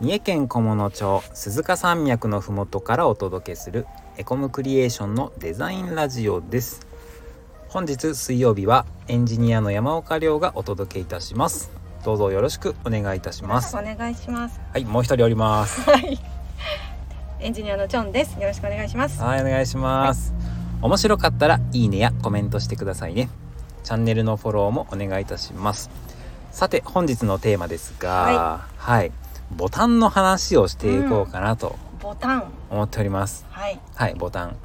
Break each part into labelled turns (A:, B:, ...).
A: 三重県菰野町鈴鹿山脈のふもとからお届けするエコムクリエーションのデザインラジオです本日水曜日はエンジニアの山岡亮がお届けいたしますどうぞよろしくお願いいたします
B: お願いします。
A: はいもう一人おり ます
B: はい。エンジニアのチョンです。よろしくお願いします。
A: はいお願いします面白かったらいいねやコメントしてくださいねチャンネルのフォローもお願いいたしますさて本日のテーマですがはい、ボタンの話をしていこうかなと
B: ボタン。
A: 思っております、
B: はい。
A: はいボタン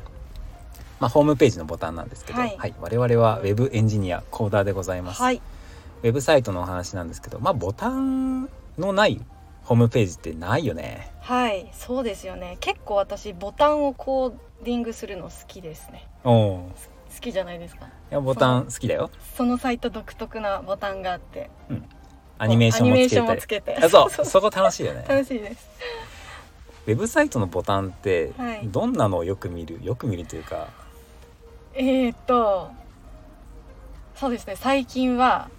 A: まあホームページのボタンなんですけど、は
B: はいい
A: 我々はウェブエンジニアコーダーでございます、
B: はい。
A: ウェブサイトのお話なんですけどまあボタンのないホームページってないよね
B: はい。そうですよね。結構私ボタンをコーディングするの好きですね。
A: おーい
B: 好きじゃないですか。
A: やボタン好きだよ
B: そのサイト独特なボタンがあって、
A: アニメーションもつけ
B: アニメーション
A: た
B: も
A: り
B: つけて。
A: あそうそこ楽しいよね
B: 楽しいです。
A: ウェブサイトのボタンって
B: はい
A: どんなのをよく見るよく見るというか
B: えー、っと、そうですね。最近は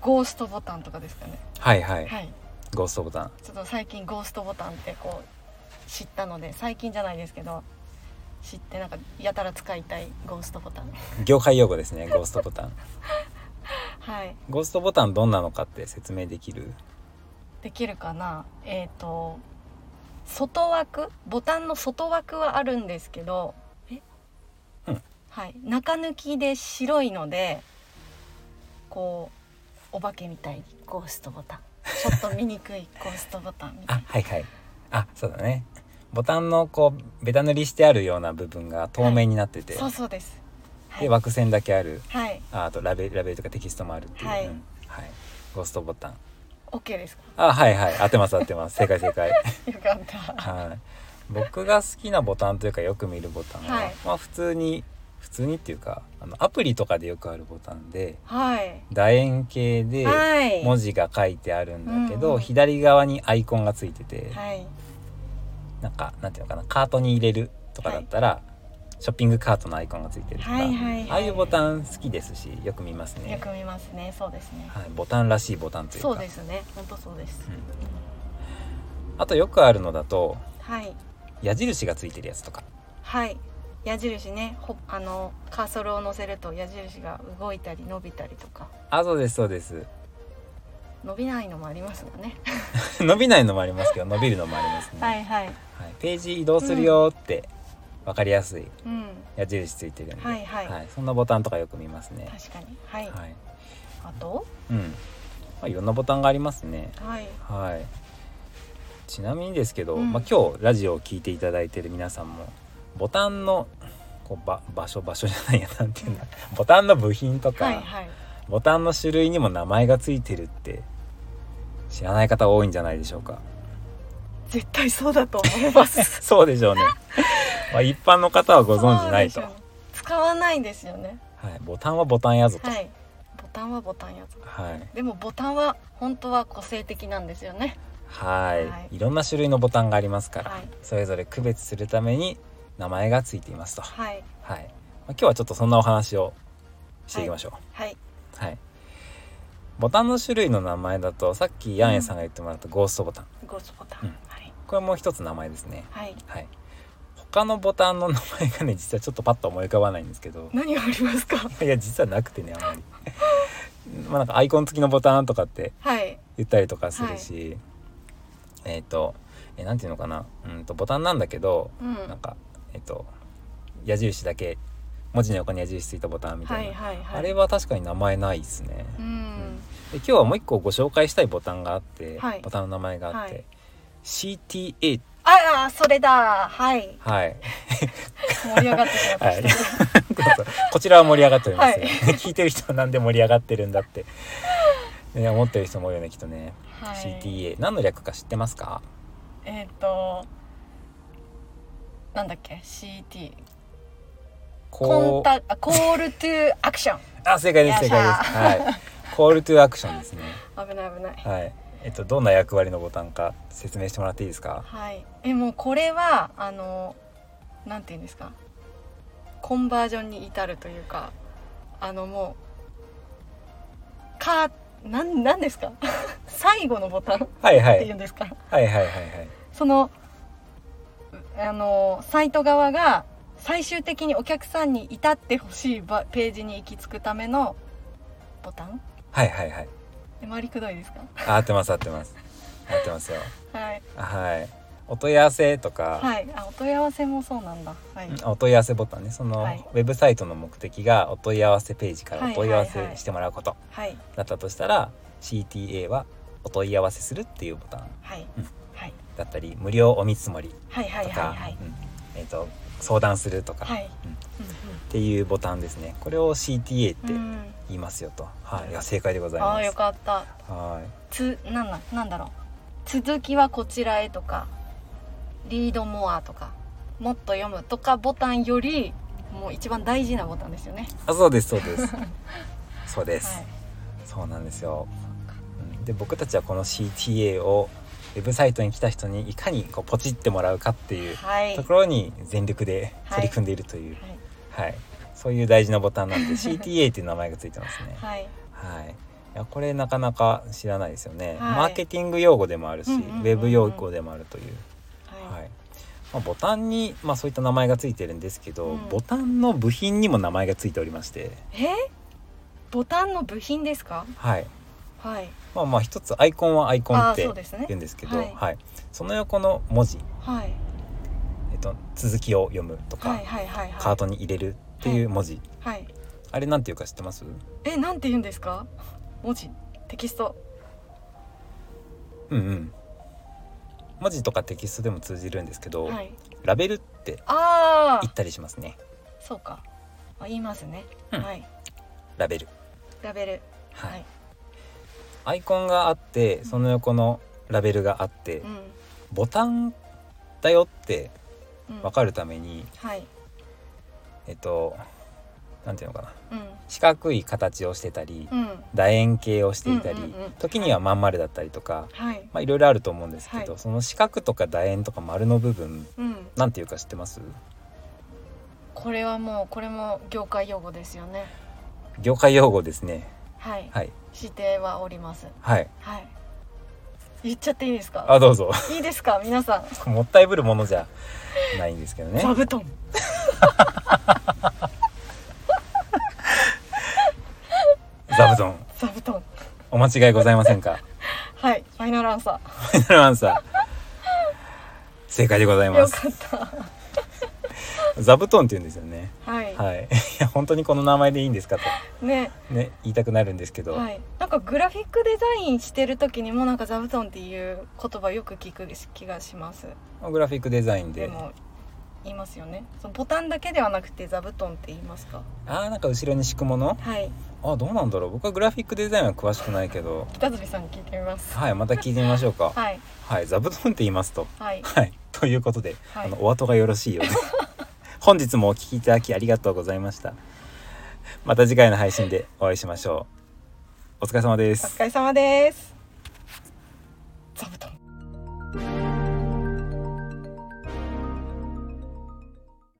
B: ゴーストボタンとかですかね。
A: はいはい、
B: はい。
A: ゴーストボタン
B: ちょっと最近ゴーストボタンってこう知ったので最近じゃないですけど知ってなんかやたら使いたいゴーストボタン
A: 業界用語ですねゴーストボタン
B: はい
A: ゴーストボタンどんなのかって説明できる
B: できるかなえっ、と外枠ボタンの外枠はあるんですけどえ、
A: うん
B: はい中抜きで白いのでこうお化けみたいにゴーストボタンちょっと見にくいゴーストボタンみた い
A: あ
B: な
A: はいはいあそうだねボタンのこうベタ塗りしてあるような部分が透明になってて、
B: そうそうですは
A: で
B: い、
A: 枠線だけある
B: はい、
A: ああとラベラベルとかテキストもあるっていう、
B: はい
A: うんはいゴーストボタン
B: OK ですか
A: あはいはい合ってます合ってます正解正 解
B: よかった
A: はい僕が好きなボタンというかよく見るボタンは、
B: はい
A: まあ普通に普通にっていうかあのアプリとかでよくあるボタンで
B: はい
A: 楕円形で
B: はい
A: 文字が書いてあるんだけど、
B: うんうん
A: 左側にアイコンがついてて、
B: はい
A: なんかなんていうのかなカートに入れるとかだったら、ショッピングカートのアイコンがついてるとか、
B: はいはいはい
A: ああいうボタン好きですしよく見ますね
B: よく見ますねそうですね
A: はい、ボタンらしいボタンというか
B: そうですね本当そうです、
A: うんあとよくあるのだと
B: はい
A: 矢印がついてるやつとか
B: はい矢印ねほあのカーソルを乗せると矢印が動いたり伸びたりとか
A: あそうですそうです
B: 伸びないのもありますもんね、
A: 伸びないのもありますけど伸びるのもありますね、
B: はいはい
A: はいページ移動するよって分かりやすい
B: うん
A: 矢印ついてるんで、
B: はいはい
A: そんなボタンとかよく見ますね、
B: 確かにはい、
A: はい
B: あと
A: うんまあ、いろんなボタンがありますね
B: はい
A: はい。ちなみにですけど、
B: うん
A: まあ今日ラジオを聞いていただいている皆さんもボタンのこうば場所場所じゃないやなんていうんだ、 ボタンの部品とか、
B: はいはい
A: ボタンの種類にも名前がついてるって知らない方多いんじゃないでしょうか。
B: 絶対そうだと思います
A: そうでしょうね。まあ一般の方は ご存知ないと。
B: そう
A: は
B: でしょう使わないんですよね
A: い。ボタンはボタンやぞと。は。
B: はいいボタンはボタンやつでもボタンは本当は個性的なんですよね
A: はい、
B: はい
A: いろんな種類のボタンがありますから、
B: はい
A: それぞれ区別するために名前がついていますと。
B: はい
A: はい、まあ今日はちょっとそんなお話をしていきましょ
B: はい、
A: う。はい。ボタンの種類の名前だと、さっきヤンエさんが言ってもらったゴーストボタン。
B: ゴーストボタン、
A: うん
B: はい
A: これも一つ名前ですね。
B: はい
A: はい。他のボタンの名前がね、実はちょっとパッと思い浮かばないんですけど。
B: 何がありますか
A: いや、実はなくてね、あんまり。 まあ、なんかアイコン付きのボタンとかって
B: はい
A: 言ったりとかするし。えっ、と、え、なんていうのかな、うんと、ボタンなんだけど、
B: うん
A: なんか、えっ、と。矢印だけ。文字の横に矢印ついたボタンみた
B: はいい
A: な。
B: はいはい
A: あれは確かに名前ないですね。
B: う
A: うん
B: ん
A: で今日はもう一個ご紹介したいボタンがあって、
B: はい
A: ボタンの名前があって、
B: はい
A: CTA
B: ああそれだはい
A: はい
B: 盛り上がってし まいました、
A: こちらは盛り上がっておりますよ、
B: はい
A: 聞いてる人はなんで盛り上がってるんだって、ね、思ってる人も多いよねきっとね、
B: はい
A: CTA 何の略か知ってますか
B: えっ、となんだっけ CT コン
A: う
B: タあコールトゥアクション
A: あ正解です正解
B: よっし
A: ですはいコールトゥアクションですね
B: 危ない危ない
A: はいえっとどんな役割のボタンか説明してもらっていいですか
B: はいえもうこれはあのなんて言うんですかコンバージョンに至るというかあのもうカーなんなんですか 最後のボタンっ
A: はいは
B: てい
A: い。
B: うんですか、
A: はいはいはいはい。
B: そのうあのサイト側が最終的にお客さんに至ってほしいばページに行き着くためのボタン
A: はいはいはい。
B: え回りくどいですか
A: あ合ってます合ってます。合ってますよ。
B: はい
A: はい。お問い合わせとか、
B: はいあお問い合わせもそうなんだはい、
A: うんお問い合わせボタンね。その、
B: はい
A: ウェブサイトの目的がお問い合わせページから
B: は
A: お
B: い
A: 問い合わ
B: はいは
A: せ
B: い
A: してもらうこと
B: はい
A: だったとしたら、CTA はお問い合わせするっていうボタン
B: はい、
A: うん
B: はい
A: だったり、無料お見積もり
B: はいはい
A: と
B: はい
A: か
B: はい、
A: うんえっ、と相談するとか、
B: は
A: っ
B: い
A: うん
B: う
A: ていうボタンですね。これを CTA って
B: んうんうん
A: 言いますよと。はい。いや正解でござい
B: あ
A: ま
B: あ
A: す。
B: よかった
A: はい。
B: つなんだなんだろう続きはこちらへとかリードモアとかもっと読むとかボタンよりもう一番大事なボタンですよね。
A: あそうですそうです そうです、
B: はい、
A: そうなんですようんで僕たちはこの CTA をウェブサイトに来た人にいかにこうポチってもらうかっていう
B: はい、は
A: と
B: い
A: ころに全力で取り組んでいるという、はいそういう大事なボタンなん で CTA っていう名前がついてますね。
B: はい、
A: はい、いやこれなかなか知らないですよね、
B: はい
A: マーケティング用語でもあるし、
B: うんうんうんうん
A: ウェブ用語でもあるという
B: は、
A: はいいまあ、ボタンに、まあ、そういった名前がついてるんですけど、
B: うん
A: ボタンの部品にも名前がついておりまして、
B: えボタンの部品ですか？
A: はい
B: はい、
A: まあ、まあ一つアイコンはアイコン
B: あ
A: っ
B: あ
A: て
B: そうですね
A: 言うんですけど
B: はい
A: はいその横の文字、
B: はい、
A: えっと、続きを読むとか、
B: はいはいはい
A: カー
B: はい、
A: トに入れるっていう文字、
B: はい、
A: あれなんていうか知ってます
B: えなんて言うんですか？文字テキスト
A: うんうん文字とかテキストでも通じるんですけど、
B: はい、
A: ラベルって
B: あ
A: 言
B: あ
A: ったりしますね
B: そうか、あ言いますね、
A: うん
B: はい、
A: ラベル、
B: ラベル、
A: はい
B: はい、
A: アイコンがあってその横のラベルがあって、
B: うん、
A: ボタンだよって
B: うん、
A: 分かるために
B: はい、
A: えっとなんていうのかな
B: うん。
A: 四角い形をしてたり、
B: うん、
A: 楕円形をしていたり、
B: うんうんうん
A: 時にはまん丸だったりとか、
B: はい、
A: まあ、いろいろあると思うんですけど、
B: はい
A: その四角とか楕円とか丸の部分
B: うん、
A: なんていうか知ってます
B: これはもうこれも業界用語ですよね。
A: 業界用語ですね
B: はい、
A: はい
B: 指定はおります。
A: はい
B: はい。言っちゃっていいですか。
A: あどうぞ
B: いいですか、皆さん。
A: もったいぶるものじゃないんですけどね
B: 座布団。
A: 座布団
B: 座布団。
A: お間違いございません か
B: はい、ファイナルアンサ
A: ファイナルアンサー正解でござい
B: ー。よ
A: ます
B: かっ
A: 座布団って言うんですよね
B: た。はい。
A: はいいや本当にこの名前でいいんですか
B: ね、
A: とね言いたくなるんですけど、
B: はい。なんかグラフィックデザインしてる時にもなんか座布団っていう言葉よく聞く気がします。
A: グラフィックデザイン
B: で
A: で
B: も言いますよね。そのボタンだけではなくて座布団って言いますか。
A: あーなんか後ろに敷くもの
B: はい。
A: あどうなんだろう僕はグラフィックデザインは詳しくないけど
B: 北角さんに聞いてみます。
A: はいまた聞いてみましょうか
B: はい。
A: はい座布団って言いますと
B: はい。
A: はいということで、
B: はい
A: あのお後がよろしいようで 本日もお聞きいただきありがとうございましたまた次回の配信でお会いしましょうお疲れ様で
B: お
A: す
B: 疲れ様です。座布団。